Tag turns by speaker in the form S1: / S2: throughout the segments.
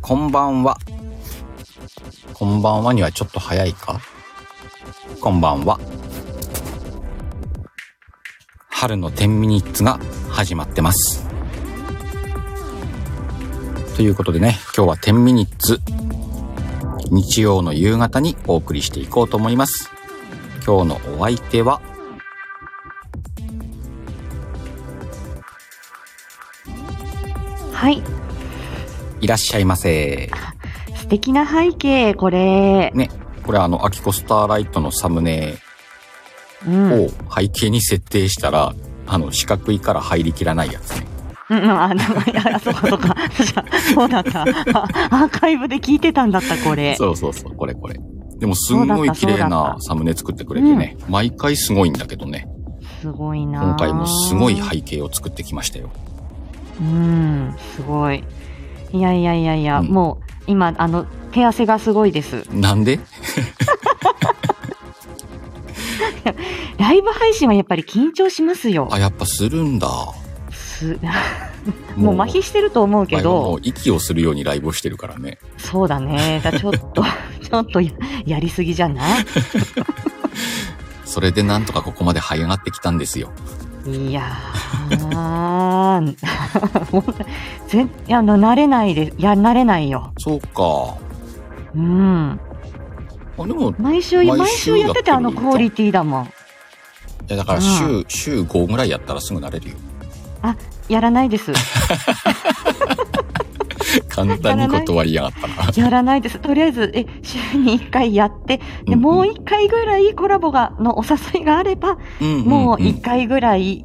S1: こんばんは。こんばんはにはちょっと早いかこんばんは。春の10ミニッツが始まってます。ということでね、今日は10ミニッツ、日曜の夕方にお送りしていこうと思います。今日のお相手は、
S2: はい。
S1: いらっしゃいませ。
S2: 素敵な背景、これ。
S1: ね、これあの、アキコスターライトのサムネ
S2: うん。うん、
S1: を背景に設定したら、あの、四角いから入りきらないやつね。
S2: うんあ、でもいやあ、そうか、そうか。 そうだった。あアーカイブで聞いてたんだった、これ。
S1: そうそうそう、これこれ。でもすんごい綺麗
S2: そうだったそうだ
S1: な
S2: った
S1: サムネ作ってくれてね、毎回すごいんだけどね、
S2: すごいなぁ
S1: 今回もすごい背景を作ってきましたよ。
S2: うん、すごい。いやいやいやいや、
S1: うん
S2: もう、今、あの、手汗がすごいです。
S1: なんで
S2: ライブ配信はやっぱり緊張しますよ。
S1: あ、やっぱするんだ。
S2: す もう麻痺してると思うけ
S1: 前はも
S2: ど
S1: う、息をするようにライブをしてるからね。
S2: そうだね。だちょっと、 ちょっとややりすぎじゃない
S1: それでなんとかここまで這い上がってきたんですよ。
S2: いやー、ほん とぜいやあの慣れないで、いや、慣れないよ。
S1: そうか。
S2: うん。
S1: あでも、
S2: 毎週、毎週
S1: 毎週
S2: やってて、
S1: や
S2: あ
S1: ってる
S2: の
S1: んだ
S2: クオリティだもん。
S1: いやだから週、
S2: う
S1: 週5ぐらいやったらすぐ慣れるよ。
S2: あ、やらない です。
S1: 簡単に断りやがったな。
S2: やらないです。とりあえず、え、週に1回やって、
S1: うんう
S2: で、
S1: ん
S2: もう1回ぐらいコラボが、のお誘いがあれば、
S1: うんんん
S2: もう1回ぐらい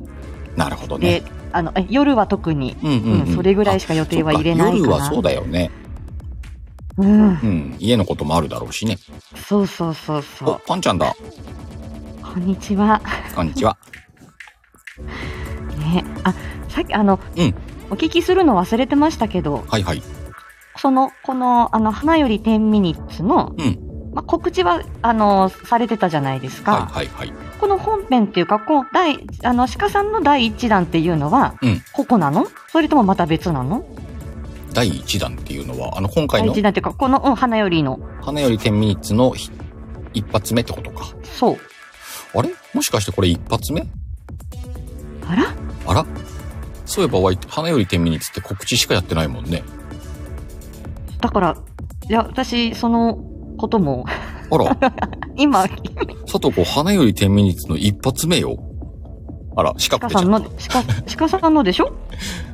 S1: なるほどね
S2: で。、あの、え夜は特に、
S1: うん
S2: うん、それぐらいしか予定は入れない
S1: あそ
S2: か
S1: っ
S2: な。
S1: 夜はそうだよね。
S2: うん。
S1: うん。家のこともあるだろうしね。
S2: そうそうそう
S1: お、
S2: そ
S1: パンちゃんだ。
S2: う。こんにちは。
S1: こんにちは。
S2: ね、あさっきあの、
S1: うん
S2: お聞きするの忘れてましたけど
S1: はいはい。
S2: そのこの「あの花より10ミニッツの」
S1: うん
S2: まあ、告知はあのされてたじゃないですか、
S1: はいはいはい。
S2: この本編っていうかこう第あの鹿さんの第1弾っていうのは、
S1: うん
S2: ここなのそれともまた別なの
S1: 第1弾っていうのは、あの、今回
S2: 第
S1: の
S2: 1弾っていうかこの、うん、花よりの
S1: 花より10ミニッツのひ一発目ってことか。
S2: そう
S1: あれもしかしてこれ一発目
S2: あら
S1: あらそういえばわい、花より10ミニッツって告知しかやってないもんね。
S2: だからいや私そのことも
S1: あら、
S2: 今
S1: 佐藤子、花より10ミニッツの一発目よ。あら、四角
S2: 鹿
S1: 出ちゃ
S2: さん
S1: っ
S2: の
S1: た。
S2: 鹿鹿さんのでしょ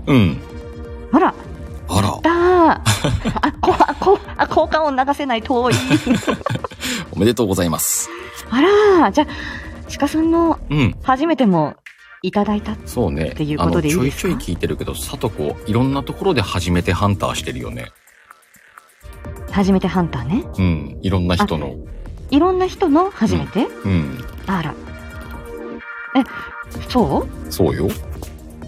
S1: うん。
S2: あら
S1: あら
S2: やっ、たーあこあこあ効果音流せな い遠い
S1: おめでとうございます。
S2: あらーじゃあ鹿さんの
S1: うん。
S2: 初めてもいただいた
S1: そうね。
S2: ていうことでいい
S1: あの
S2: で
S1: ち
S2: すか
S1: ょいちょい聞いてるけど、さとこ、いろんなところで初めてハンターしてるよね。
S2: 初めてハンターね
S1: うん。いろんな人の。
S2: いろんな人の初めて、
S1: うん。
S2: あらえそう
S1: そうよ。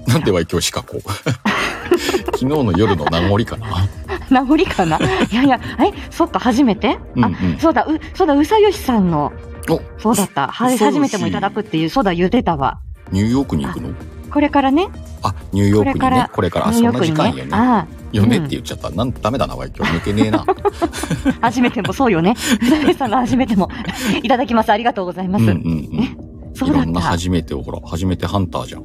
S1: なんでは今日シカゴ 昨日の夜の名残かな。
S2: 名残 かないやいやえそっか初めて、
S1: うんう
S2: あ
S1: ん。
S2: そうだうそうだうさよしさんの
S1: お
S2: そうだったは
S1: うさよし
S2: 初めてもいただくっていうそうだ言ってたわ
S1: ニューヨークに行くの
S2: これからね
S1: あ、ニューヨークにね。これから、あ、
S2: ニ
S1: そ
S2: ューヨ
S1: ん
S2: ー
S1: な
S2: ク
S1: 時
S2: に
S1: 間よ
S2: ね
S1: ね。
S2: あ
S1: よねって言っちゃった。なん、ダメだな、わい今日。抜けねえな。
S2: あ初めてもそうよねうさよしさんの初めても いただきますありがとうございま
S1: う
S2: す、
S1: んうんうん。
S2: そう
S1: い
S2: だ
S1: ろ
S2: っ
S1: んな
S2: た。
S1: 初めてを、ほら、初めてハンターじゃん。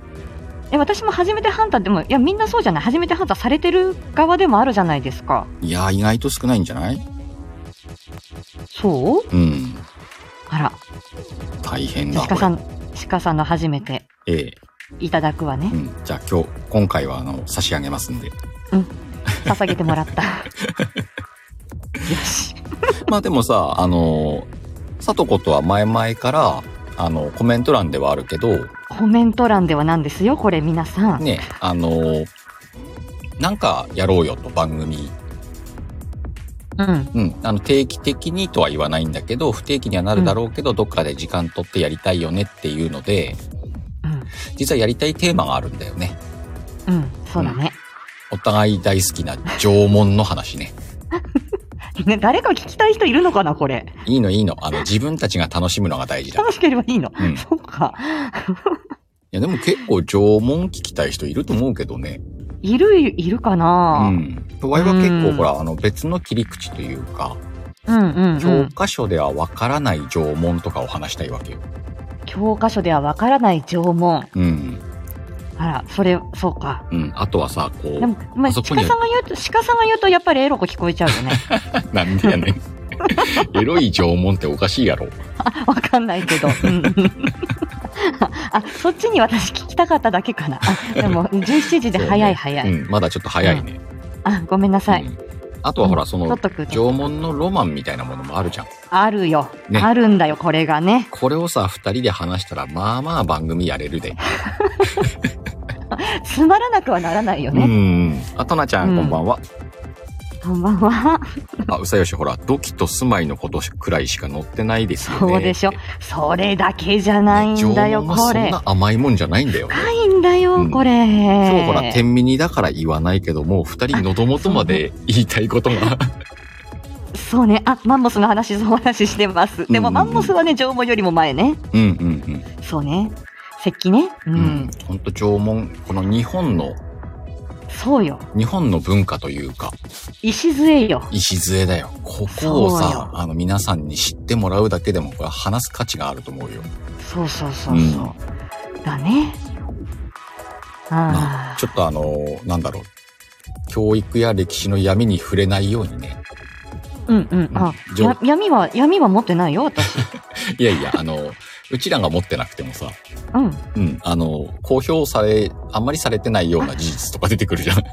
S2: え私も初めてハンターでも、いや、みんなそうじゃない。初めてハンターされてる側でもあるじゃないですか。
S1: いやー、意外と少ないんじゃない
S2: そ
S1: う
S2: う
S1: ん。
S2: あら、
S1: 大変だ。
S2: 鹿さ
S1: こ
S2: ん、鹿さんの初めて
S1: れええ。
S2: いただくわ
S1: う
S2: ね。
S1: ん、じゃあ今日、今回はあの、差し上げますんで。
S2: 捧げても らった。よし。
S1: まあでもさ、あの、さとことは前々から、あの、コメント欄ではあるけど、
S2: コメント欄ではなんですよ、これ皆さん。
S1: ね、あの、なんかやろうよと番組。
S2: うん。
S1: うん。あの、定期的にとは言わないんだけど、不定期にはなるだろうけど、どっかで時間取ってやりたいよねっていうので、実はやりたいテーマがあるんだよね。
S2: うん。うん。そうだね。
S1: お互い大好きな縄文の話ね。
S2: ね、誰か聞きたい人いるのかな、これ。
S1: いいのいいの。あの、自分たちが楽しむのが大事だ。
S2: 楽しければいいの。
S1: うん。
S2: そうか。
S1: いや、でも結構縄文聞きたい人いると思うけどね。
S2: いる、いるか
S1: う
S2: な、
S1: ん。ワイは結
S2: う
S1: 構
S2: ん
S1: ほら、あの別の切り口というか、
S2: うん、うんうん、
S1: 教科書ではわからない縄文とかを話したいわけよ。
S2: 教科書ではわからない縄文。
S1: うん。
S2: あら、それ、そうか。
S1: うん。あとはさ、こ
S2: でも
S1: う、、
S2: まあ、
S1: あそ
S2: 鹿さ
S1: こ
S2: ん
S1: に
S2: が
S1: は
S2: 言うと、鹿さんが言うと、やっぱりエロ子聞こえちゃうよ ね。
S1: なんでや ねん。エロい縄文っておかしいやろ。
S2: わかんないけど。うんあ、そっちに私聞きたかっただけかな。あでも、17時で早い早い。
S1: うん。まだちょっと早いね。
S2: あ、ごめんなさい。
S1: うんあとはほら、そ
S2: 取
S1: の
S2: っ、とく。
S1: 縄文のロマンみたいなものもあるじゃん。
S2: あるよ、
S1: ね
S2: あるんだよ、これがね。
S1: これをさ、二人で話したら、まあまあ番組やれるで。
S2: つまらなくはならないよ
S1: う
S2: ね。
S1: ん。あ、となちゃ
S2: うん
S1: ん、こんばんは。
S2: こんばんは。
S1: あ、うさよし、ほら、土器と住まいのことくらいしか載ってないですよね。
S2: そうでしょ。それだけじゃないんだよ、
S1: ね縄文は
S2: こ
S1: そん
S2: れ。
S1: な甘いもんじゃないんだよね。
S2: 深いんだ
S1: う
S2: よ、
S1: ん
S2: これ。
S1: 今日ほら、天秤だから言わないけども、二人喉元まで言いたいこと が。
S2: そうね。あ、マンモスの話、その話してます。でも、
S1: うん
S2: マンモスはね、縄文よりも前ね。
S1: うんうん
S2: そうね。石器ね。
S1: う
S2: う。
S1: んん。うん。ほんと縄文、この日本の、
S2: そうよ。
S1: 日本の文化というか、
S2: 礎よ。
S1: 礎だよ。ここを
S2: そう
S1: さ
S2: よ、
S1: あの、皆さんに知ってもらうだけでも、これは話す価値があると思うよ。
S2: そうそうそうそう。だね。
S1: ま
S2: あ
S1: あ、
S2: あ
S1: ちょっとあのーなんだろう。教育や歴史の闇に触れないようにね。
S2: うんうん。あ、
S1: うん
S2: や闇は、闇は持ってないよ、私。
S1: いやいや、あのーうちらが持ってなくてもさ、
S2: うん。
S1: うん、あのー公表され、あんまりされてないような事実とか出てくるじゃん。
S2: そう、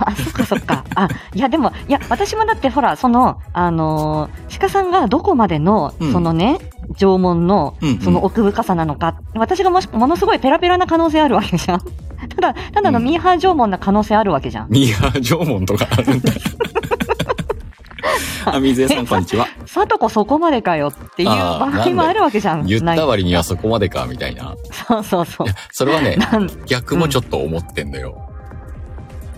S2: あ、そっかそっか。あ、いやでも、いや、私もだってほら、その、あのー鹿さんがどこまでの、
S1: うん
S2: そのね、縄文の
S1: うんうん、
S2: その奥深さなのか、私がもし、ものすごいペラペラな可能性あるわけじゃん。 ただ、ただの
S1: うん
S2: ミーハー縄文な可能性あるわけじゃん。
S1: ミーハー縄文とかあるんだ。 あ、水江さん、こんにちは。
S2: さとこそこまでかよっていう
S1: あー
S2: 場合もあるわけじゃん。
S1: 言っ
S2: ない
S1: た割にはそこまでか、みたいな。
S2: そうそうそう。
S1: それはね、
S2: なん
S1: 逆もちょっと思ってんだよ。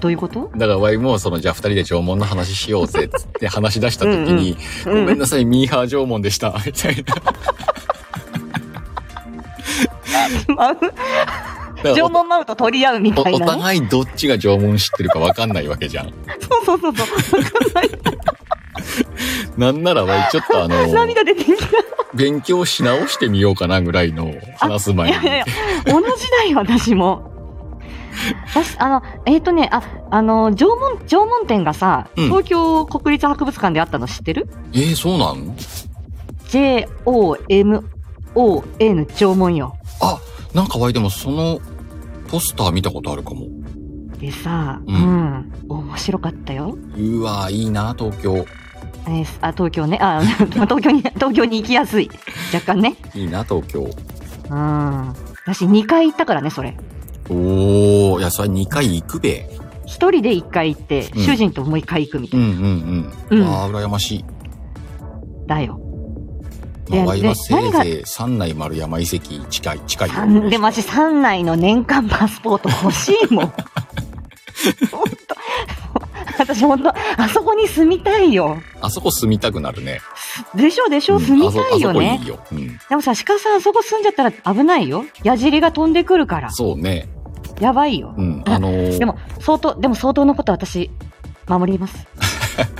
S2: どういうこと
S1: だから、ワイも、その、じゃあ二人で縄文の話しようぜ、つって話し出した時に、
S2: うんうん
S1: ごめんなさい、ミーハー縄文でした、みたい な。
S2: マウ縄文マウント取り合うみ
S1: お
S2: たい
S1: お
S2: なね。
S1: 互いどっちが縄文知ってるか分かんないわけじゃん。
S2: そうそうそうそう。
S1: なんならわいちょっと あの、
S2: 涙出てきた。
S1: 勉強し直してみようかなぐらいの話す前に
S2: いや。いやいや、同じだよ、私も。私、あの、えっ、とね、あ、あの、縄文、縄文展がさ、
S1: うん
S2: 東京国立博物館であったの知ってる、
S1: えー、そうなの
S2: ?J-O-M-O-N 縄文よ。
S1: あ、なんかわいでもそのポスター見たことあるかも。
S2: でさ、う、
S1: うん
S2: 面白かったよ。
S1: うわいいな、東京。
S2: えーあ、東京ね、あ、 東京に、東京に行きやすい。若干ね。
S1: いいな、東京。
S2: うん。私2回行ったからね、それ。
S1: おー、いや、それ2回行くべ。
S2: 一人で1回行って、
S1: うん
S2: 主人ともう1回行くみた
S1: う
S2: い
S1: ん
S2: な。
S1: うんうん。
S2: うん
S1: ああ、羨ましい。
S2: だよ。
S1: まあ、
S2: で
S1: わい
S2: で
S1: はせ
S2: 何が
S1: いぜい三内丸山遺跡近い、近いよ。
S2: 三でも私三内の年間パスポート欲しいもん。本当。私本当あそこに住みたいよ。
S1: あそこ住みたくなるね。
S2: でしょでしょ、
S1: うん
S2: 住みたい
S1: あそ
S2: よ
S1: あそこい
S2: ね
S1: い。よ。うん。
S2: でもさ鹿さんあそこ住んじゃったら危ないよ。矢尻が飛んでくるから。
S1: そうね。
S2: やばいよ
S1: う。ん。あのー
S2: でも相当でも相当のことは私守ります。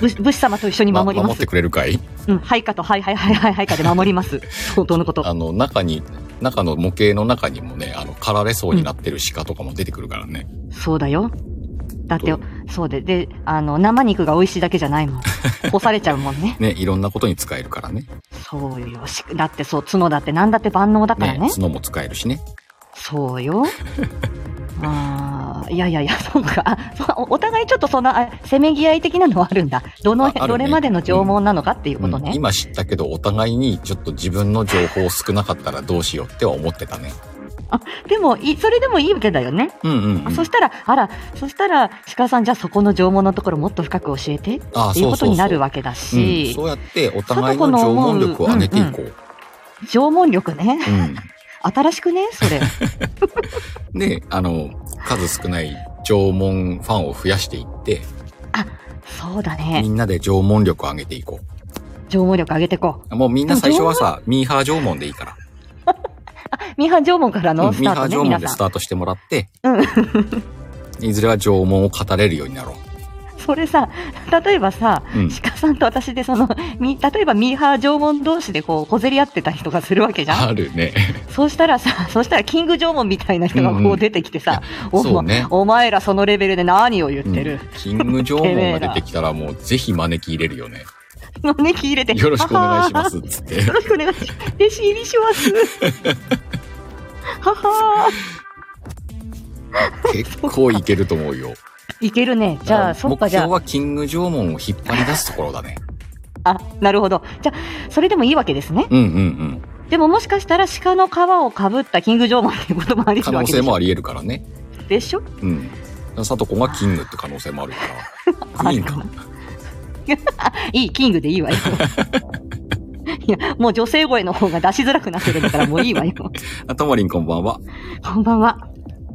S2: 武士武士様と一緒に
S1: ま
S2: 守りま
S1: 守っ
S2: す
S1: て。くれるかい
S2: うん、はいかとはいはいはいはいはいかで守ります。相当のこと。
S1: あの、中に、中の模型の中にもね、あの、狩られそうになってる鹿とかも出てくるからね。
S2: そうだよ。だって
S1: どう、
S2: そうで、で、あの、生肉が美味しいだけじゃない もん。干されちゃうもんね。
S1: ね、いろんなことに使えるからね。
S2: そうよ。しだってそう、角だって何だって万能だから
S1: ね
S2: ね。、
S1: 角も使えるしね。
S2: そうよ。ああ、いやいやい や、そうか。あそうおお互いちょっとその、あせめぎ合い的なのはあるんだ。どの、
S1: ああるね
S2: どれまでの縄文なのかっていうこと
S1: うん
S2: ね。
S1: 今知ったけど、お互いにちょっと自分の情報少なかったらどうしようっては思ってたね。
S2: でも、いそれでもいいわけだよね。
S1: うんうん、うん。
S2: あそしたら、あら、そしたら、鹿さん、じゃあそこの縄文のところもっと深く教えて。
S1: あ
S2: っていうことになる
S1: わ
S2: わけだ
S1: そううん
S2: し、
S1: そうやってお互いの縄文力を上げていこう。
S2: 縄文力ね、
S1: うん
S2: 新しくね、それ。
S1: で、あの、数少ない縄文ファンを増やしていって、
S2: そうだ
S1: み
S2: ね。
S1: んなで縄文力を上げていこ
S2: 縄文力上げていこう。
S1: う。もうみんな最初はさ、ミーハー縄文でいいから。
S2: ミーハン縄文からの
S1: うん
S2: ス
S1: ミー
S2: ター
S1: ハー
S2: トね、
S1: 縄文
S2: 皆
S1: で
S2: さ
S1: ス
S2: ん。
S1: タートしてもらって、 いずれは縄文を語れるようになろう。
S2: それさ、例えばさ、
S1: うん
S2: 鹿さんと私でその、み例えばミーハー縄文同士でこう、小競り合ってたりとかするわけじゃん
S1: あるね。
S2: そうしたらさ、そうしたらキング縄文みたいな人が
S1: うん
S2: こ
S1: うん
S2: う出てきてさ、お
S1: そうね。
S2: お前らそのレベルで何を言って
S1: うん
S2: る、
S1: キング・ジョーモンが出てきたらもうぜひ招き入れるよね。
S2: のね、聞いれて。
S1: よろしくお願いしま
S2: はは
S1: す。つって。
S2: よろしくお願いします。弟子入りします。はは
S1: 結構いけると思うよ。
S2: いけるね。じゃあ、
S1: だら
S2: そっか、
S1: 目
S2: じゃ
S1: 標
S2: あ。
S1: はキング・ジョーモンを引っ張り出すところだ ね。
S2: あ、なるほど。じゃあ、それでもいいわけですね。
S1: うんうんうん。
S2: でももしかしたら鹿の皮をかぶったキングジョーマンっていうこともあり
S1: 可
S2: 得るわ
S1: 能
S2: けで
S1: 性
S2: し
S1: も
S2: ょ
S1: あり得るからね。
S2: でしょ
S1: うん。サトコがキングって可能性もあるから。 クイーンかな。
S2: いい、キングでいい わよ。いや、もう女性声の方が出しづらくなってるんだからもうい いわよ。
S1: あともりんこんばんは。
S2: こんばんは。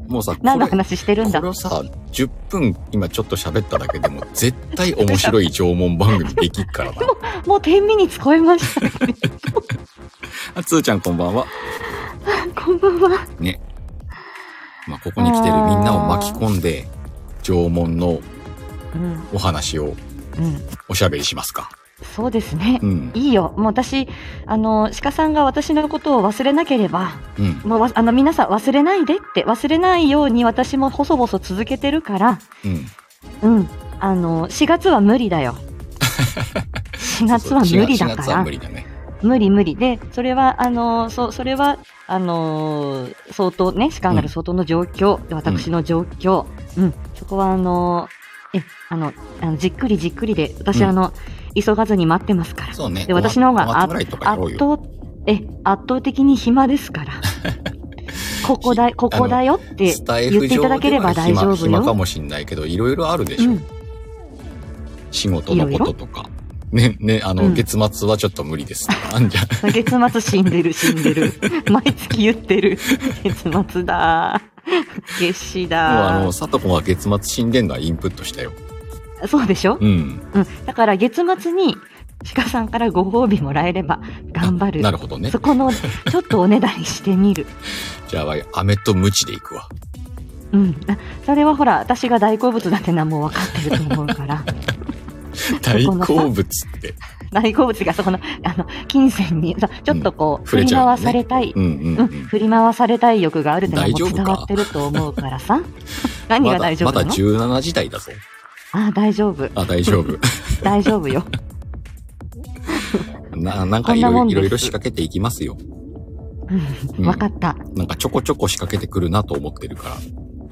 S1: もうさ、こ
S2: 何の
S1: れ、
S2: 話してるんだ
S1: これをさ、10分今ちょっと喋っただけでも絶対面白い縄文番組できっからな。
S2: もう10ミニ超え ました。
S1: あ、つーちゃんこんばんは。
S2: こんばんは。
S1: ね。まあ、ここに来てるみんなを巻き込んで、縄文の
S2: うん、
S1: お話を
S2: うん。
S1: おしゃべりしますか。
S2: そうですね
S1: う。ん。
S2: いいよ。もう私、あの、鹿さんが私のことを忘れなければ、
S1: うん。
S2: もうわ、あの、皆さん忘れないでって、忘れないように私も細々続けてるから、
S1: うん。
S2: うん。あの、4月は無理だよ。4月は無理だか
S1: 4月は
S2: ら
S1: 無。理だね。
S2: 無理無理で、それは、あのーそう、それは、あのー相当ね、しかなる相当の状況、私の状況、うん、そこは、あのーえ、あの、あのじっくりじっくりで、私、
S1: うん
S2: あの、急がずに待ってますから。
S1: そうね。
S2: で、私の方が
S1: あ
S2: あ
S1: ぐらいとかやろう
S2: 圧
S1: よ。
S2: 倒、え、圧倒的に暇ですから。ここだ、ここだよって
S1: スタイ
S2: 言
S1: フ
S2: ってい
S1: 上
S2: ただけ
S1: で
S2: れば
S1: は
S2: 大丈
S1: 暇
S2: 夫
S1: 暇か
S2: よ。
S1: もしんないけど、いろいろあるで
S2: う
S1: しょ。
S2: ん、
S1: 仕事のこととか。ね、ね、あの、
S2: うん
S1: 月末はちょっと無理ですとか。あんじゃん。
S2: 月末死んでる死ん でる。毎月言ってる。月末だ。月始
S1: もう
S2: だ。
S1: あの、さとこが月末死んでんのはインプットしたよ。
S2: そうでしょ、
S1: うん。
S2: うん、だから月末に鹿さんからご褒美もらえれば頑張る。
S1: なるほどね
S2: そ。この、ちょっとおねだりしてみる。
S1: じゃあ、飴とムチでいくわ。
S2: うん。あそれはほら、私が大好物だってのはもう分かってると思う から。
S1: 大
S2: このさ
S1: 好物って。
S2: 大好物がそこの、あの、金銭に、そうちょっとこう、
S1: ん触
S2: 振
S1: れ
S2: り
S1: ちゃうのね
S2: 回されたい。
S1: うんうん
S2: う、
S1: うんん。
S2: 振り回されたい欲があるってのはも
S1: 大丈夫
S2: う
S1: か
S2: 伝わってると思うか らさ。何が大丈夫
S1: ま
S2: な
S1: だ
S2: の、
S1: まだ17時台だぞ。
S2: ああ、大丈夫。
S1: あ、大丈 夫。
S2: 大丈夫よ。
S1: な、なんかい
S2: こんなも
S1: ろ
S2: ん
S1: い
S2: です
S1: ろいろ仕掛けていきますよ。
S2: うん、分かった。
S1: なんかちょこちょこ仕掛けてくるなと思ってるか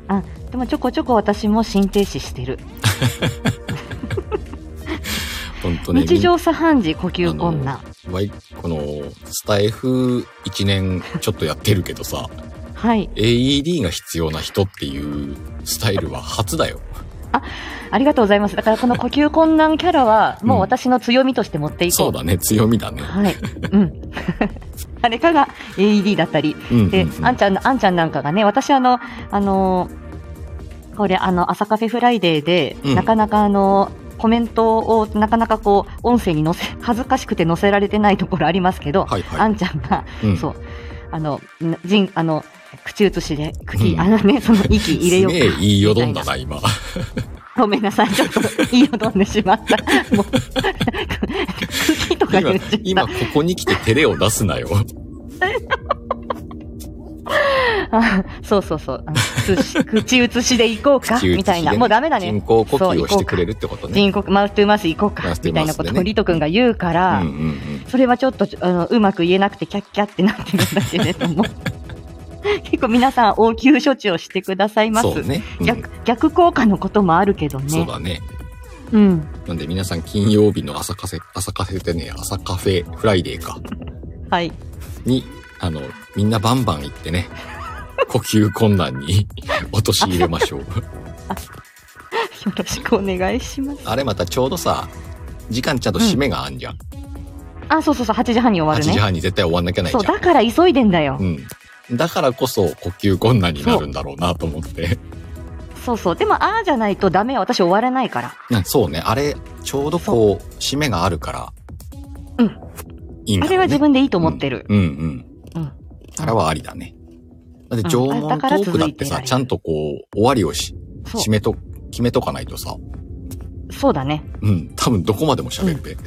S1: ら。
S2: あ、でもちょこちょこ私も心停止してる。
S1: 本当ね。
S2: 日常茶飯事呼吸困難。
S1: みんわいこの、スタイフ1年ちょっとやってるけどさ、
S2: はい。
S1: AED が必要な人っていうスタイルは初だよ。
S2: ありがとうございます。だからこの呼吸困難キャラは、
S1: うん
S2: もう私の強みとして持っていこう。
S1: そうだね、強みだね。
S2: はい。うん。 誰かが AED だったり。
S1: うんうん、う
S2: で、
S1: ん。
S2: あんちゃん、あんちゃんなんかがね、私あの、あのーこれあの、朝カフェフライデーで、
S1: うん
S2: なかなかあのコメントをなかなかこう、音声に載せ、恥ずかしくて載せられてないところありますけど、
S1: はいはい
S2: あんちゃんが、
S1: うん
S2: そう、あの、んじん、あの、口移しで、口、
S1: うん
S2: あのね、その息入れよう
S1: すげえ言いよどんだ
S2: み
S1: な、今。
S2: ごめんなさい、ちょっと言いよどんでしまった。もう、 茎とか
S1: 今
S2: 言っちゃっ、
S1: 今ここに来て照れを出すなよ。
S2: た。あそうそうそう。あの口移し口移しで行こうか、みたいな。もうダメだね
S1: 人。工呼
S2: そう
S1: 吸
S2: 行
S1: を
S2: こう
S1: して
S2: か
S1: くれるってことね。
S2: 人工、マウストゥーマウス行こう
S1: マウ
S2: か
S1: ス、トゥ
S2: み
S1: ーマ
S2: た
S1: ウ
S2: い
S1: スでね
S2: なことをリト君が言うか
S1: う
S2: ら、
S1: んうんうん。
S2: それはちょっとあのうまく言えなくてキャッキャってなってるんだけれども。 結構皆さん応急処置をしてくださいます。
S1: そうね。うん
S2: 逆逆効果のこともあるけどね。
S1: そうだね。
S2: うん。
S1: なんで皆さん金曜日の朝カフェ、朝カフェでね、朝カフェフライデーか。
S2: はい。
S1: に、あの、みんなバンバン行って ね、呼吸困難に陥れま しょう。
S2: よろしくお願いします。
S1: あれまたちょうどさ、時間ちゃんと締めがあんじゃん。
S2: あ、そうそうそう、8時半に終わ
S1: 8
S2: る
S1: 時
S2: ね。
S1: 半に絶対終わんなきゃないじ
S2: そう、
S1: ゃん。
S2: だから急いでんだよ。
S1: うん。だからこそ呼吸困難になるんだろうなと思って。
S2: そうそう。でも、ああじゃないとダメよ。私終われないから。
S1: うんそうね。あれ、ちょうどこう、締めがあるから。
S2: うん。
S1: いいん
S2: あ
S1: だろうね、
S2: れは自分でいいと思ってる。
S1: うんうん。
S2: うん。
S1: あれはありだね。だって縄文トークだって
S2: うんだから続いてら
S1: さ、
S2: れる
S1: ちゃんとこう、終わりをし、
S2: そう
S1: 決めと、決めとかないとさ、
S2: そうだね。
S1: うん、多分どこまでも喋るべ。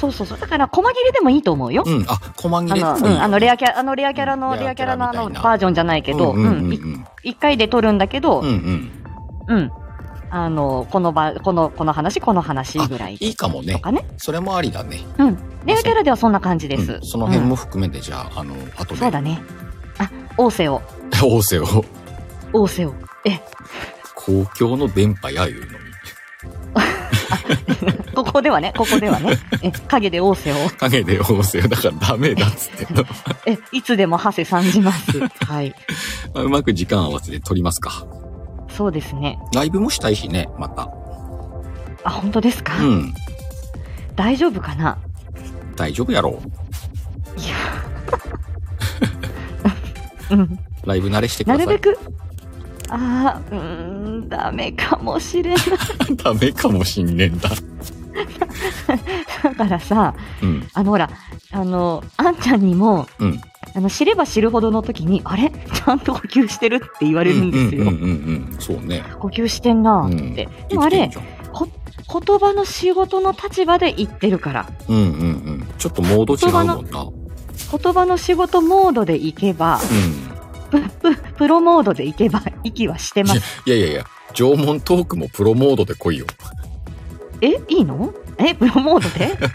S2: そうそうそう。だから、細切れでもいいと思うよ。
S1: うん、あ、細切
S2: あ
S1: れ
S2: の、うん、あの、レアキャラ、あの、レアキャラの、
S1: うん
S2: レアキャラのあ
S1: レアキャラみたい
S2: の、
S1: な
S2: バージョンじゃないけど、
S1: う
S2: うん
S1: うんうん
S2: ん、い一回で撮るんだけど、
S1: うん。うんうん。
S2: うん。あの、この場、この、この話、この話ぐらい
S1: いいかもね
S2: と。かね。
S1: それもありだね。
S2: うん。レアキャラではそんな感じです。
S1: うんその辺も含めて、じゃあ、あの、後
S2: うん
S1: で。
S2: そうだね。あ、王政を。
S1: 音声を、
S2: 王政を。
S1: 公共の電波や言うのに。
S2: ここではね、ここで はね。え、影で王政を。
S1: 影で音声だからダメだっつってんの
S2: え、いつでもハセさん じます。はい。
S1: まあうまく時間合わせて撮りますか。
S2: そうですね。
S1: ライブもしたいしね、また。
S2: あ、本当ですか、
S1: うん。
S2: 大丈夫かな
S1: 大丈夫やろ
S2: いや。うん。
S1: う。ライブ慣れしてく
S2: な
S1: ださ
S2: る
S1: い。
S2: べく、あー、うーん、ダメかも しれない。
S1: ダメかもしんねえんだ。
S2: だからさ、
S1: うん。
S2: あのほら、あの、あんちゃんにも、
S1: うん。
S2: あの、知れば知るほどの時に、あれちゃんと呼吸してるって言われるんですよ。
S1: うんうんうんうん。そうね。
S2: 呼吸してんな
S1: う
S2: ー
S1: ん
S2: って。
S1: 生
S2: でもあ
S1: きて
S2: れ
S1: ん、じゃん
S2: 言葉の仕事の立場で言ってるから。
S1: うんうんうん。ちょっとモード違うもんな。
S2: 言葉の仕事モードで行けば、
S1: うん。
S2: プロモードで行けば、息はしてます。
S1: いやいやいや、縄文トークもプロモードで来いよ。
S2: え、いいのえ、プロモードで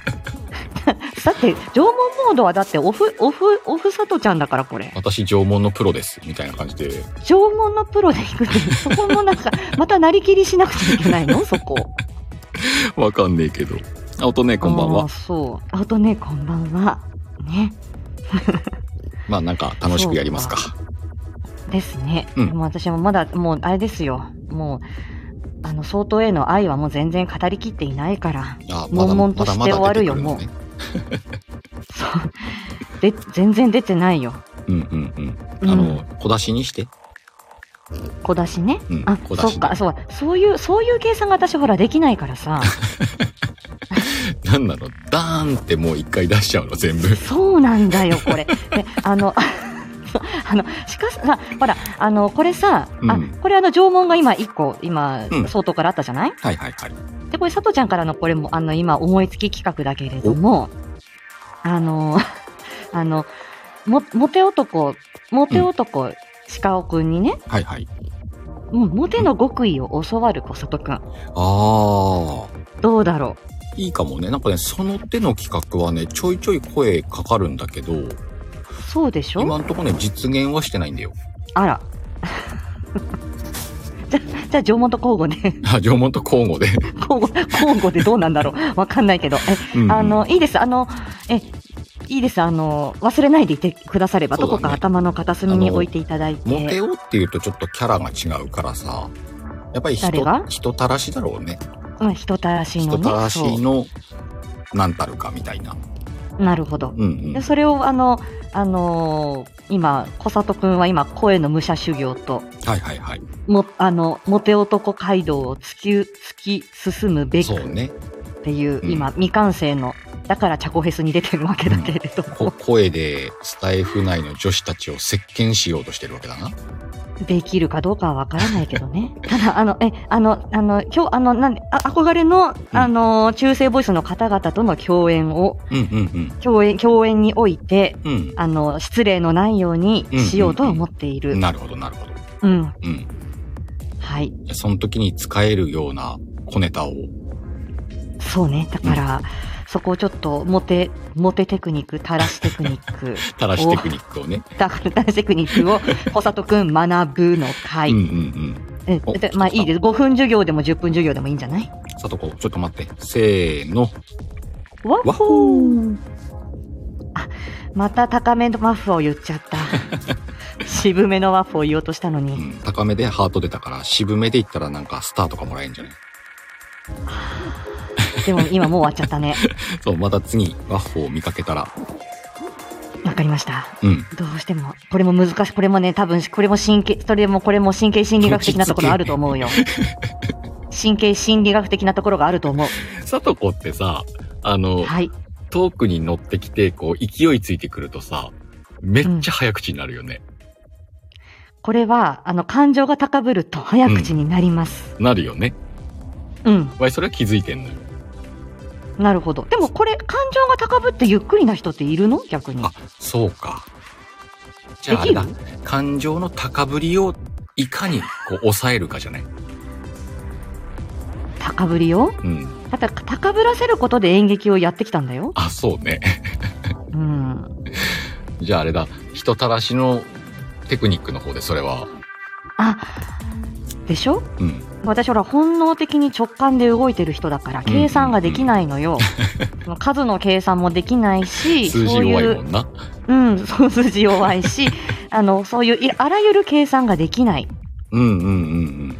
S2: だって、縄文モードはだって、オフ、オフ、オフ佐藤ちゃんだから、これ。
S1: 私縄文のプロです。みたいな感じで。
S2: 縄文のプロで行くって、そこもなんか、 またなりきりしなくちゃいけないのそこ。
S1: わかんねえけど。あおとね、こんばん
S2: あー
S1: は。
S2: そう。あとね、こんばんは。ね。
S1: まあなんか楽しくやりますか。
S2: ですね。
S1: うん
S2: でも私もまだ、もう、あれですよ。もう、あの、相当への愛はもう全然語りきっていないから。
S1: あ
S2: 悶々として終わるよ
S1: まだ出てく
S2: そう。で、全然出てないよ。
S1: るのねうんうん
S2: う
S1: うん。
S2: ん
S1: あの、小出しにして。
S2: 小出しね。
S1: うん
S2: あ、
S1: 小出し
S2: そ
S1: ね
S2: っか、そう、そういう、そういう計算が私ほらできないか らさ。
S1: なんなのダーンってもう一回出しちゃうの、全部。
S2: そうなんだよ、これ。で、あの、 そうあの、しかし、あほら、あの、これさ、あ
S1: うん、
S2: これあの、縄文が今1個、今
S1: う、ん
S2: 相当からあったじゃない、
S1: はいはいはい。
S2: で、これ、佐藤ちゃんからのこれも、あの、今、思いつき企画だけれども、あの、 あの、も、モテ男、モテ男、鹿尾くんにね、
S1: はいはい。
S2: もう、モテの極意を教わる小里くん。
S1: あー。
S2: どうだろ
S1: いいかもね。なんかね、その手の企画はね、ちょいちょい声かかるんだけど、
S2: うそうでしょ
S1: 今んとこね、実現はしてないんだよ。
S2: あら。 じゃ、じゃあ、縄文と交互で、
S1: あ、縄文と交互で。
S2: 交互、交互でどうなんだろうわかんないけど。え、
S1: うんうん
S2: あの、いいです。あの、え、いいです。あの、忘れないでいてくだされば、
S1: そうだ
S2: ど
S1: ね
S2: こか頭の片隅に置いていただい
S1: モテ
S2: て。
S1: 男っていうとちょっとキャラが違うからさ、やっぱり
S2: 誰
S1: 人
S2: が
S1: 人たらしだろうね。
S2: うん、人たらし
S1: 人
S2: のね。
S1: たらし
S2: そ
S1: の何たるかみたいな。
S2: うなるほど。
S1: うんう
S2: で
S1: ん。
S2: それを、あの、あのー今、小里くんは今、声の武者修行と、
S1: はいはいはい。
S2: も、あの、モテ男街道を突き、突き進むべく、
S1: そうね。
S2: っていう、
S1: うん
S2: 今未完成のだからチャコフェスに出てるわけだけれど
S1: こ
S2: も、
S1: 声でスタイフ内の女子たちを席巻しようとしてるわけだな。
S2: できるかどうかはわからないけどね ただあのえあのあの今日あのなんであ憧れの、あの中性ボイスの方々との共演を
S1: うんうん
S2: 共演共演において
S1: うん。
S2: あの失礼のないようにしようとは思ってい
S1: う。
S2: る、うんん
S1: なるほどなるほど。うん。
S2: はい
S1: じゃあその時に使えるような小ネタを。
S2: そうねだから、そこをちょっとモテモテテクニック垂らしテクニック
S1: たらしテクニックをね。
S2: だから垂らしテクニックを小里くん学ぶの会
S1: うんうんうん。
S2: え
S1: お
S2: でまあいいです。5分授業でも10分授業でもいいんじゃない
S1: さとこ、ちょっと待って。せーの。
S2: わっ
S1: わっほ
S2: ーあ、また高めのワッフを言っちゃった。 渋めのワッフを言おうとしたの
S1: う
S2: に。
S1: ん。高めでハート出たから、渋めでいったらなんかスターとかもらえるんじゃない
S2: でも今もう終わっちゃったね。
S1: そう、また次、ワッホを見かけたら、
S2: わかりました。
S1: うん。
S2: どうしても。これも難しい。これもね、多分、これも神経、それもこれも神経心理学的なところあると 思うよ。神経心理学的なところがあると思う。
S1: さとこってさ、あの、
S2: はい。
S1: トークに乗ってきて、こう、勢いついてくるとさ、めっちゃ早口になるよね。
S2: これは、あの、感情が高ぶると早口になります。
S1: なるよね。
S2: うん、
S1: わい、それは気づいてんのよ。
S2: なるほど。でもこれ、感情が高ぶってゆっくりな人っているの逆に
S1: あ。、そうか。じゃあ、あ
S2: で
S1: れ
S2: きる
S1: だ。感情の高ぶりをいかにこう抑えるかじゃない。
S2: 高ぶりを
S1: うん。
S2: ただ、高ぶらせることで演劇をやってきたんだよ。
S1: あ、そうね。
S2: うん。
S1: じゃああれだ。人たらしのテクニックの方で、それは。
S2: あ、でしょ
S1: うん。
S2: 私ほら本能的に直感で動いてる人だから計算ができない のよ。その数の計算もできないし、
S1: 数字
S2: そう
S1: 弱い
S2: い
S1: も
S2: う、
S1: んな。
S2: うん、そう数字弱いし、 あの、そういういあらゆる計算ができない。
S1: うんうんうん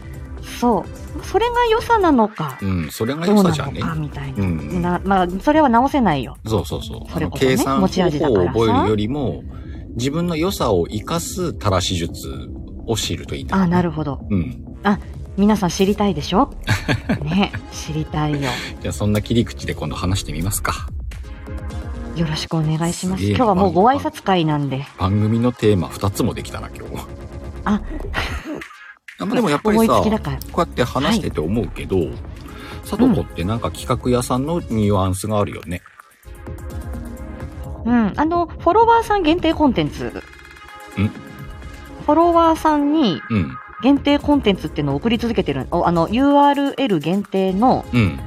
S2: そう。それが良さなのか、
S1: うん。うん。それが
S2: ど
S1: 良
S2: う
S1: さ
S2: な
S1: じゃ
S2: の
S1: ね。
S2: かみたい
S1: うん
S2: な。
S1: うん。
S2: なまあ、それは直せないよ。
S1: そうそうそう。
S2: そ
S1: あ
S2: れ
S1: の、
S2: こそね
S1: 計算方
S2: 持ち味だ
S1: 法
S2: か
S1: を
S2: らさ
S1: 覚えるよりも、自分の良さを生かすたらし術を知るといいんだよ
S2: あ、
S1: ね
S2: なるほど。
S1: うん。
S2: 皆さん知りたいで しょね、知りたいよ。
S1: じゃあそんな切り口で今度話してみますか。
S2: よろしくお願いしますす。
S1: げえ
S2: 今日はもうご挨拶会なんで。
S1: 番組のテーマ2つもできたな、今日。
S2: あ、
S1: あまあでもやっぱり
S2: 思い
S1: さ、
S2: つ
S1: こ
S2: き
S1: う
S2: だから。
S1: やって話してて思うけど、佐藤子ってなんか企画屋さんのニュアンスがあるよね。
S2: うん、あの、フォロワーさん限定コンテンツ。フォロワーさんに
S1: うん。
S2: 限定コンテンツっていうのを送り続けてる、おあの、URL 限定の、
S1: うん。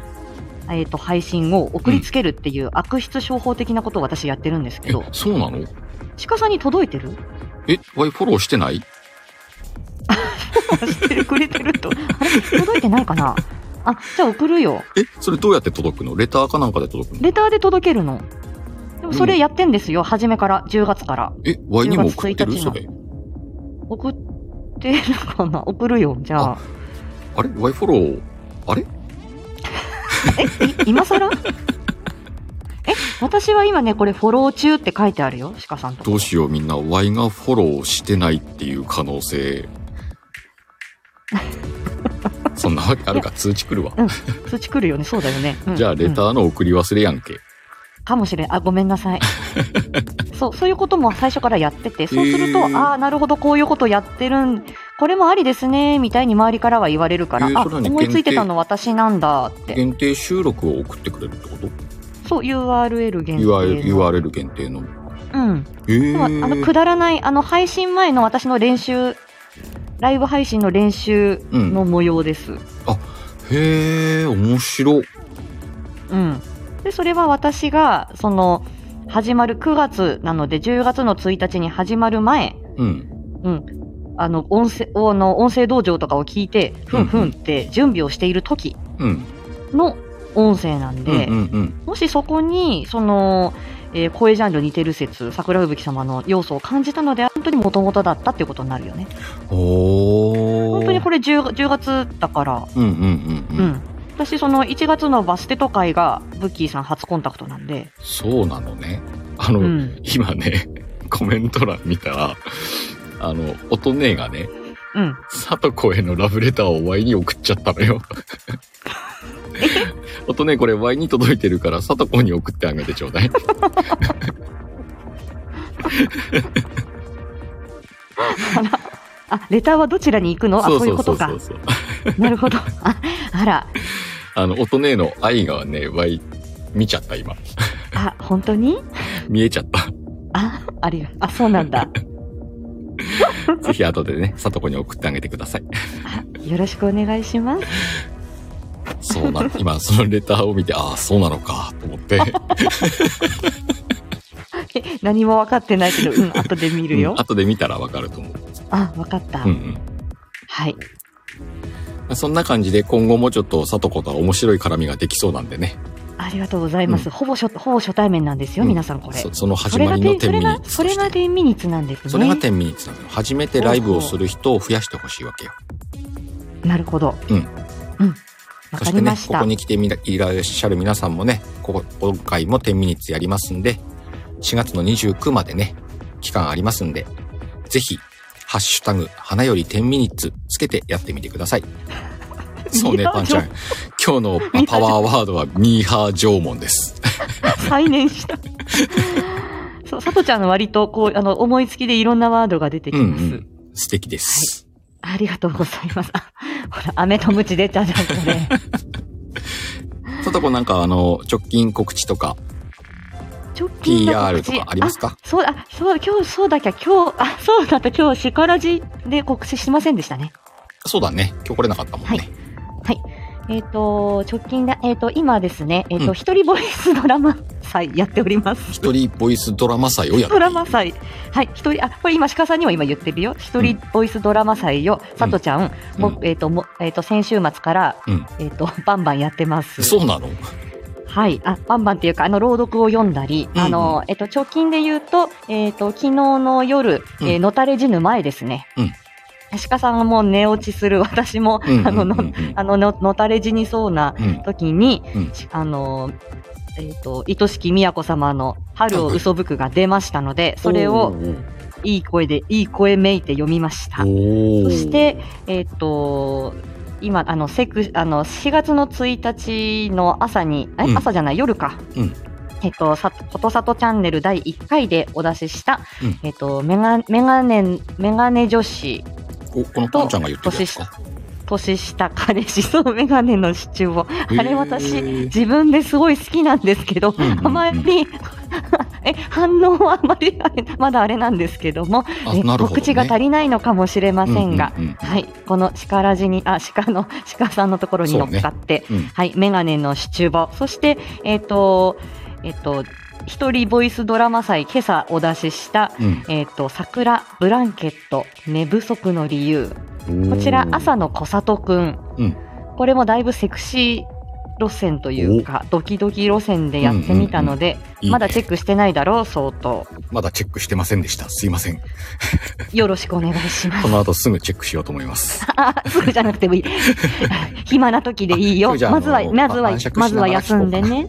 S2: えっ、と、配信を送りつけるっていう悪質商法的なことを私やってるんです
S1: え
S2: けど、、
S1: そうなの
S2: 鹿さんに届いてる
S1: え、ワイフォローしてない
S2: してくれてると。あれ届いてないかなあ、じゃあ送るよ。
S1: え、それどうやって届くのレターかなんかで届くの
S2: レターで届けるの。でもそれやってんですよ、初めから、10月から。
S1: え、ワイにも送って
S2: 10
S1: るそ
S2: 月1日の
S1: れ。
S2: 送ってるかな送るよ、じゃあ。
S1: あれワイフォロー、あれ
S2: え、い今更え、私は今ね、これフォロー中って書いてあるよ、鹿さんと。
S1: どうしようみんな、ワイがフォローしてないっていう可能 性。そんなわけあるか、通知来るわ。
S2: 通知来るよね、そうだよね。うん
S1: じゃあ、レタ
S2: うん
S1: ーの送り忘れやんけ。
S2: かもしれん。あ、ごめんな さい。そう、そういうことも最初からやってて、そうすると、
S1: へー
S2: ああ、なるほど、こういうことやってるん、これもありですね、みたいに周りからは言われるから、
S1: えー
S2: あ、
S1: それ何
S2: 思いついてたの私なんだって。
S1: 限定収録を送ってくれるってこと
S2: そう、URL 限定の。
S1: ?URL URL 限定の。
S2: うん。
S1: え
S2: でもあの、く
S1: ー。
S2: だらない、あの、配信前の私の練習、ライブ配信の練習
S1: うん。
S2: の模様です。
S1: へえ、面白。
S2: うん、でそれは私がその始まる9月なので10月の1日に始まる前、
S1: うん。
S2: うん、あの音声あの音声道場とかを聞いてふんふんって準備をしている時
S1: うん。
S2: の音声なんで、
S1: うんうんうん。
S2: もしそこにその、えー声ジャンル似てる説桜吹雪様の要素を感じたので本当にもともとだったっていうことになるよね
S1: おー。
S2: 本当にこれ 10, 10月だから、
S1: うんうんうん
S2: う
S1: うん。
S2: ん、私その1月のバステト会がブッキーさん初コンタクトなんで、
S1: そうなのね。あの、
S2: うん
S1: 今ね、コメント欄見たら、あの、乙姉がね、
S2: うん、
S1: さとこへのラブレターをワイに送っちゃったのよ。乙姉これワイに届いてるから、さとこに送ってあげてちょうだい。
S2: あ、レターはどちらに行くのあ、そういうことか
S1: そう。そう。
S2: なるほど。あ、あら、
S1: あの、乙姉の愛がね、わい、見ちゃった、今。
S2: あ、本当に
S1: 見えちゃ った。
S2: あ、ありが、あ、そうなんだ。
S1: ぜひ後でね、さとこに送ってあげてください。
S2: よろしくお願いします。
S1: そうな、 今、そのレターを見て、ああ、そうなのか、と思って。
S2: え何も分かってないけど、うん、後で見る
S1: う
S2: よ
S1: ん。後で見たらわかると思う。
S2: あ、分かった。
S1: うん
S2: はい。
S1: うん。そんな感じで、今後もちょっと、さとことは面白い絡みができそうなんでね。
S2: ありがとうございます。
S1: う
S2: ほぼ初、ほぼ初対面なんですよ、
S1: うん
S2: 皆さんこれ。
S1: そその始
S2: それ
S1: ま
S2: が
S1: りの
S2: テ、
S1: 天
S2: それ
S1: 秤
S2: が、
S1: に
S2: それがテンミニッツなんですね。
S1: それが天秤なんだよ。初めてライブをする人を増やしてほしいわけよ。
S2: なるほど。
S1: うん
S2: うん。わ
S1: そ
S2: か
S1: してね
S2: りま、し
S1: こ
S2: た。
S1: こに来てみらいらっしゃる皆さんもね、ここ今回も10ミニッツやりますんで、4月の29までね、期間ありますんで、ぜひ、ハッシュタグ、花より10ミニッツつけてやってみてください。そうね、
S2: ミーハー
S1: パンちゃん。今日のあパワーワードはミーハー縄文です。
S2: 再燃した。 そう、さとちゃんは割と、こう、あの、思いつきでいろんなワードが出てき
S1: うんう
S2: ます。
S1: ん。素敵です。
S2: ありがとうございます。あほら、飴とムチ出たじゃん、これ。
S1: さとこなんかあの、直近告知とか、
S2: 直近の
S1: PR
S2: 告知
S1: とかありますか
S2: あそうだ、あそうだ、今日、そうだきゃ、今日、あ、そうだった、今日、シカラジで告知してませんでしたね。
S1: そうだね。今日来れなかったもんね。
S2: はいえっ、と、直近だ、えっ、と、今ですね、えっ、
S1: う
S2: と、
S1: ん
S2: 一人ボイスドラマ祭やっております。
S1: 一人ボイスドラマ祭をやってい
S2: ド
S1: る
S2: ラマ祭。はい、一人、あ、これ今、鹿さんにも今言ってるよ。一人ボイスドラマ祭を、さとちゃん、も
S1: うん
S2: えっ、と、もえっ、と、先週末から、
S1: うん
S2: えっ、と、バンバンやってます。
S1: そうなの
S2: はい。あ、バンバンっていうか、あの、朗読を読んだり、
S1: うん
S2: あの、えっと、直近で言うと、えっと、昨日の夜、
S1: うん
S2: えーのたれ死ぬ前ですね。
S1: うん
S2: 鹿さんも寝落ちする、 私も、
S1: うんうんうん
S2: あの、の、あの、ののたれ死にそうな
S1: うん。
S2: 時に、
S1: うん
S2: しあの、えっと、愛しき宮子様の春を嘘吹くが出ましたので、それをいい声で、いい声めいて読みました。
S1: そ
S2: そして、えっ、と、今、あの、セク、あの、4月の1日の朝に、え、
S1: うん
S2: 朝じゃない、夜か。
S1: うん
S2: えっと、さ、ことさとチャンネル第1回でお出しした、
S1: うん
S2: えっと、メガ、メガネ、メガネ女子、
S1: お、このポンちゃんが言ってるやつか。
S2: 年下彼氏、 そのメガネの支柱を、あれ
S1: へ
S2: 私、
S1: ー
S2: 自分ですごい好きなんですけど、
S1: うんうんうん
S2: あまり、 え、反応はあまり、あれまだあれなんですけども、
S1: あ
S2: え
S1: なるほどね
S2: 告知が足りないのかもしれませんが、
S1: うううん
S2: はい、この鹿ラジに、あ、鹿の、 鹿さんのところに乗っかって、
S1: そうねうん
S2: はい、メガネの支柱棒、そして、えっ、と、えっ、と、一人ボイスドラマ祭、今朝お出しした、
S1: うん
S2: えっ、と、桜、ブランケット、寝不足の理由、こちら、朝の小里くん,、
S1: うん
S2: これもだいぶセクシー路線というか、ドキドキ路線でやってみたので、
S1: いいね
S2: まだチェックしてないだろう、相当。
S1: まだチェックしてませんでした。すいません。
S2: よろしくお願いします
S1: こ。の後すぐチェックしようと思います。
S2: あ、すぐじゃなくてもいい。 暇な時でいい
S1: あ
S2: よ。
S1: 今日じゃあ
S2: まず
S1: あ
S2: は、
S1: の
S2: まずは
S1: 晩、酌
S2: ま
S1: し
S2: ず
S1: なが
S2: は
S1: ら
S2: 休んでね。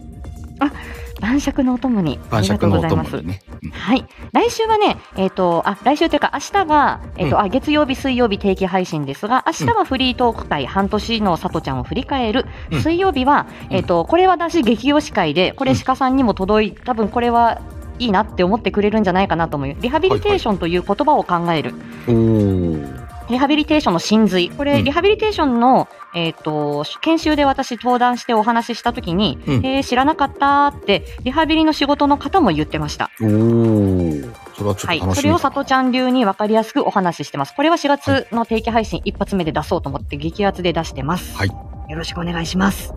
S2: あ、晩酌のお供に。
S1: 晩酌のお供に
S2: ね。
S1: ね。うん
S2: はい。来週はね、えっ、と、あ、来週というか、明日が、えっ、と、
S1: うん
S2: あ、月曜日、水曜日定期配信ですが、明日はフリートーク会、半年のさとちゃんを振り返る。
S1: うん
S2: 水曜日は、えっ、と、これは私、激推し会で、これ
S1: うん
S2: 鹿さんにも届い、多分これは、いいなって思ってくれるんじゃないかなと思う。リハビリテーションという言葉を考える。
S1: おー
S2: リハビリテーションの真髄。これ、
S1: うん
S2: リハビリテーションの、えっ、と、研修で私登壇してお話ししたときに、
S1: うん
S2: えー知らなかったって、リハビリの仕事の方も言ってました。
S1: おーそれはちょ
S2: は
S1: っ
S2: い
S1: と。楽
S2: そ
S1: し
S2: れ
S1: み
S2: を。さとちゃん流に分かりやすくお話ししてます。これは4月の定期配信一発目で出そうと思って、激アツで出してます。
S1: はい
S2: よろしくお願いします。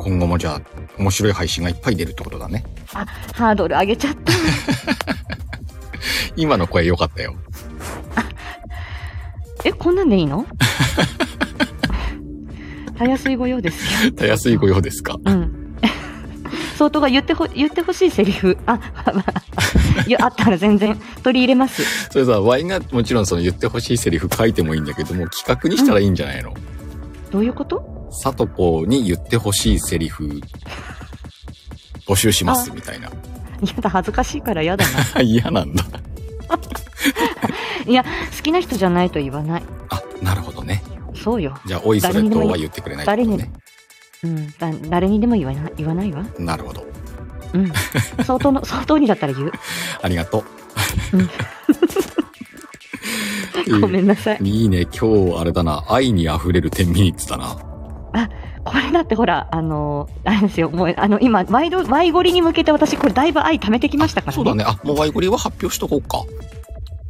S1: 今後もじゃあ、面白い配信がいっぱい出るってことだね。
S2: ハードル上げちゃった。
S1: 今の声良かったよ。
S2: え、こんなんでいい のたやすいご用ですよ。
S1: たやすいご用ですか。
S2: うん。 相当が言ってほ、言ってほしいセリフ。あ、 まあ、ゆあったら全然取り入れます。
S1: それさ、ワイがもちろんその言ってほしいセリフ書いてもいいんだけども、企画にしたらいいんじゃないの
S2: どういうこと
S1: さとこに言ってほしいセリフ、募集します、みたいな。
S2: やだ、恥ずかしいからやだな。
S1: 嫌なんだ。
S2: いや、好きな人じゃないと言わない。
S1: あ、なるほどね。
S2: そうよ。
S1: じゃあ、おいそれとは言ってくれないってことね。
S2: うん、だ誰にでも言わな言わないわ。
S1: なるほど。
S2: うん。相当の、相当にだったら言う。
S1: ありがと う。
S2: ごめんなさい。
S1: いいね。今日、あれだな。愛に溢れる10ミニッツだな。
S2: これだってほら、あのーあれですよ。もう、あの、今、ワイド、ワイゴリに向けて私、これだいぶ愛貯めてきましたからね。
S1: そうだね。あ、もうワイゴリは発表しとこうか。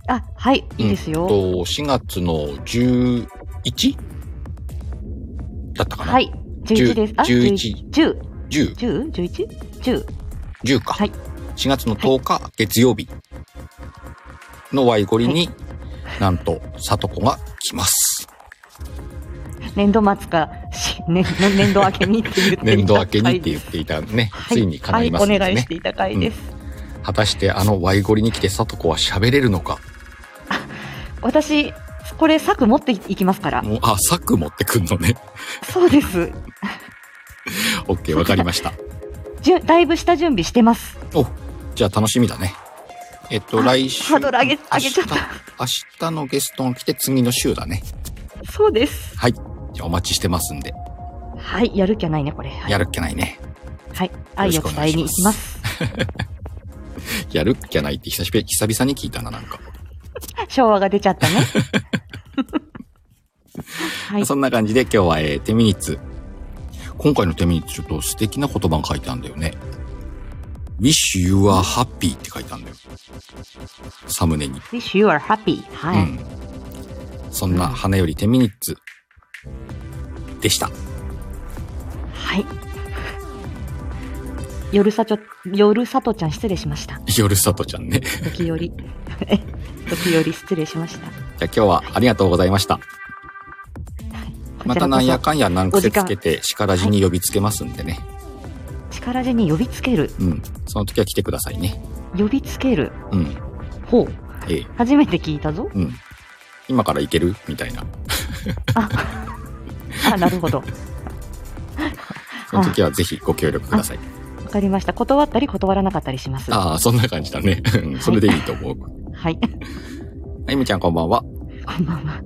S2: あ、はい、いいですよ。
S1: と、4月の 11? だったかな、
S2: はい。11です。あ、
S1: 11
S2: 10。
S1: ?10、
S2: 10? 11? 10?
S1: 10か。
S2: はい
S1: 4月の10日、月曜日のワイゴリに、なんと、さとこが来ます。
S2: 年度末か、し年年度明けにって言っていた
S1: 年度明けにって言っていたね。
S2: はい
S1: ついに叶いますんでね、
S2: はい、お願いしていた回です。
S1: 果たしてあのワイゴリに来てさとこは喋れるのか。
S2: 私、これ、策持っていきますから。
S1: もう、あ、サック持ってくんのね。
S2: そうです。
S1: オッケー、わかりま した。
S2: じゅだいぶ下準備してます。
S1: お、じゃあ楽しみだね。えっと、
S2: あ
S1: 来週。
S2: ハードル上げ上げちゃった
S1: 明日。明日のゲストが来て次の週だね。
S2: そうです。
S1: はい。じゃあお待ちしてますんで。
S2: はい、やる気はないね、これ。はい、
S1: やるっきゃないね。
S2: はい、愛を伝えに行きます。
S1: やるっきゃないって久しぶり、久々に聞いたな、なんか。
S2: 昭和が出ちゃったね。はい。
S1: そんな感じで今日は、えー、10ミニッツ。今回の10ミニッツ、ちょっと素敵な言葉が書いてあるんだよね。wish you are happy って書いてあるんだよ。サムネに。
S2: Wish you are happy. は
S1: う
S2: い。
S1: ん。そんな花より10ミニッツでした。
S2: はい。夜さちょ、夜さとちゃん失礼しました。
S1: 夜里ちゃんね。じ
S2: 時折。 時折失礼しました。
S1: ゃあ今日はありがとうございました。またなんやかんや難癖つけて、叱らじに呼びつけますんでね。
S2: 力地に呼びつける。
S1: うん。その時は来てくださいね。
S2: 呼びつける。
S1: うん。
S2: ほう。
S1: ええ。
S2: 初めて聞いたぞ。
S1: うん。今から行けるみたいな。
S2: あ、なるほど。
S1: その時はぜひご協力ください。
S2: わかりました。断ったり断らなかったりします。は
S1: ああ、そんな感じだね。うんそれでいいと思う。
S2: い。
S1: あゆみちゃんこんばんは。
S2: こんばんは。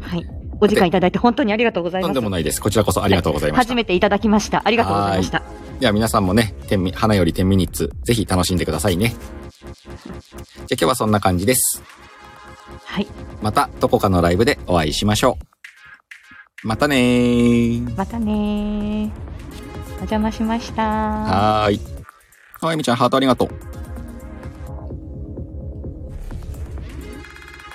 S2: はい。お時間いただいて本当にありがとうござい
S1: と
S2: ま
S1: んで。
S2: す
S1: もないです。こちらこそありがとうございました。
S2: 初めていただきました。ありがとうございました。
S1: では皆さんもね、天み花より10ミニッツ、ぜひ楽しんでくださいね。じゃあ今日はそんな感じです。
S2: はい。
S1: またどこかのライブでお会いしましょう。またねー。
S2: またねー。お邪魔しました。
S1: はーい。あゆみちゃんハートありがとう。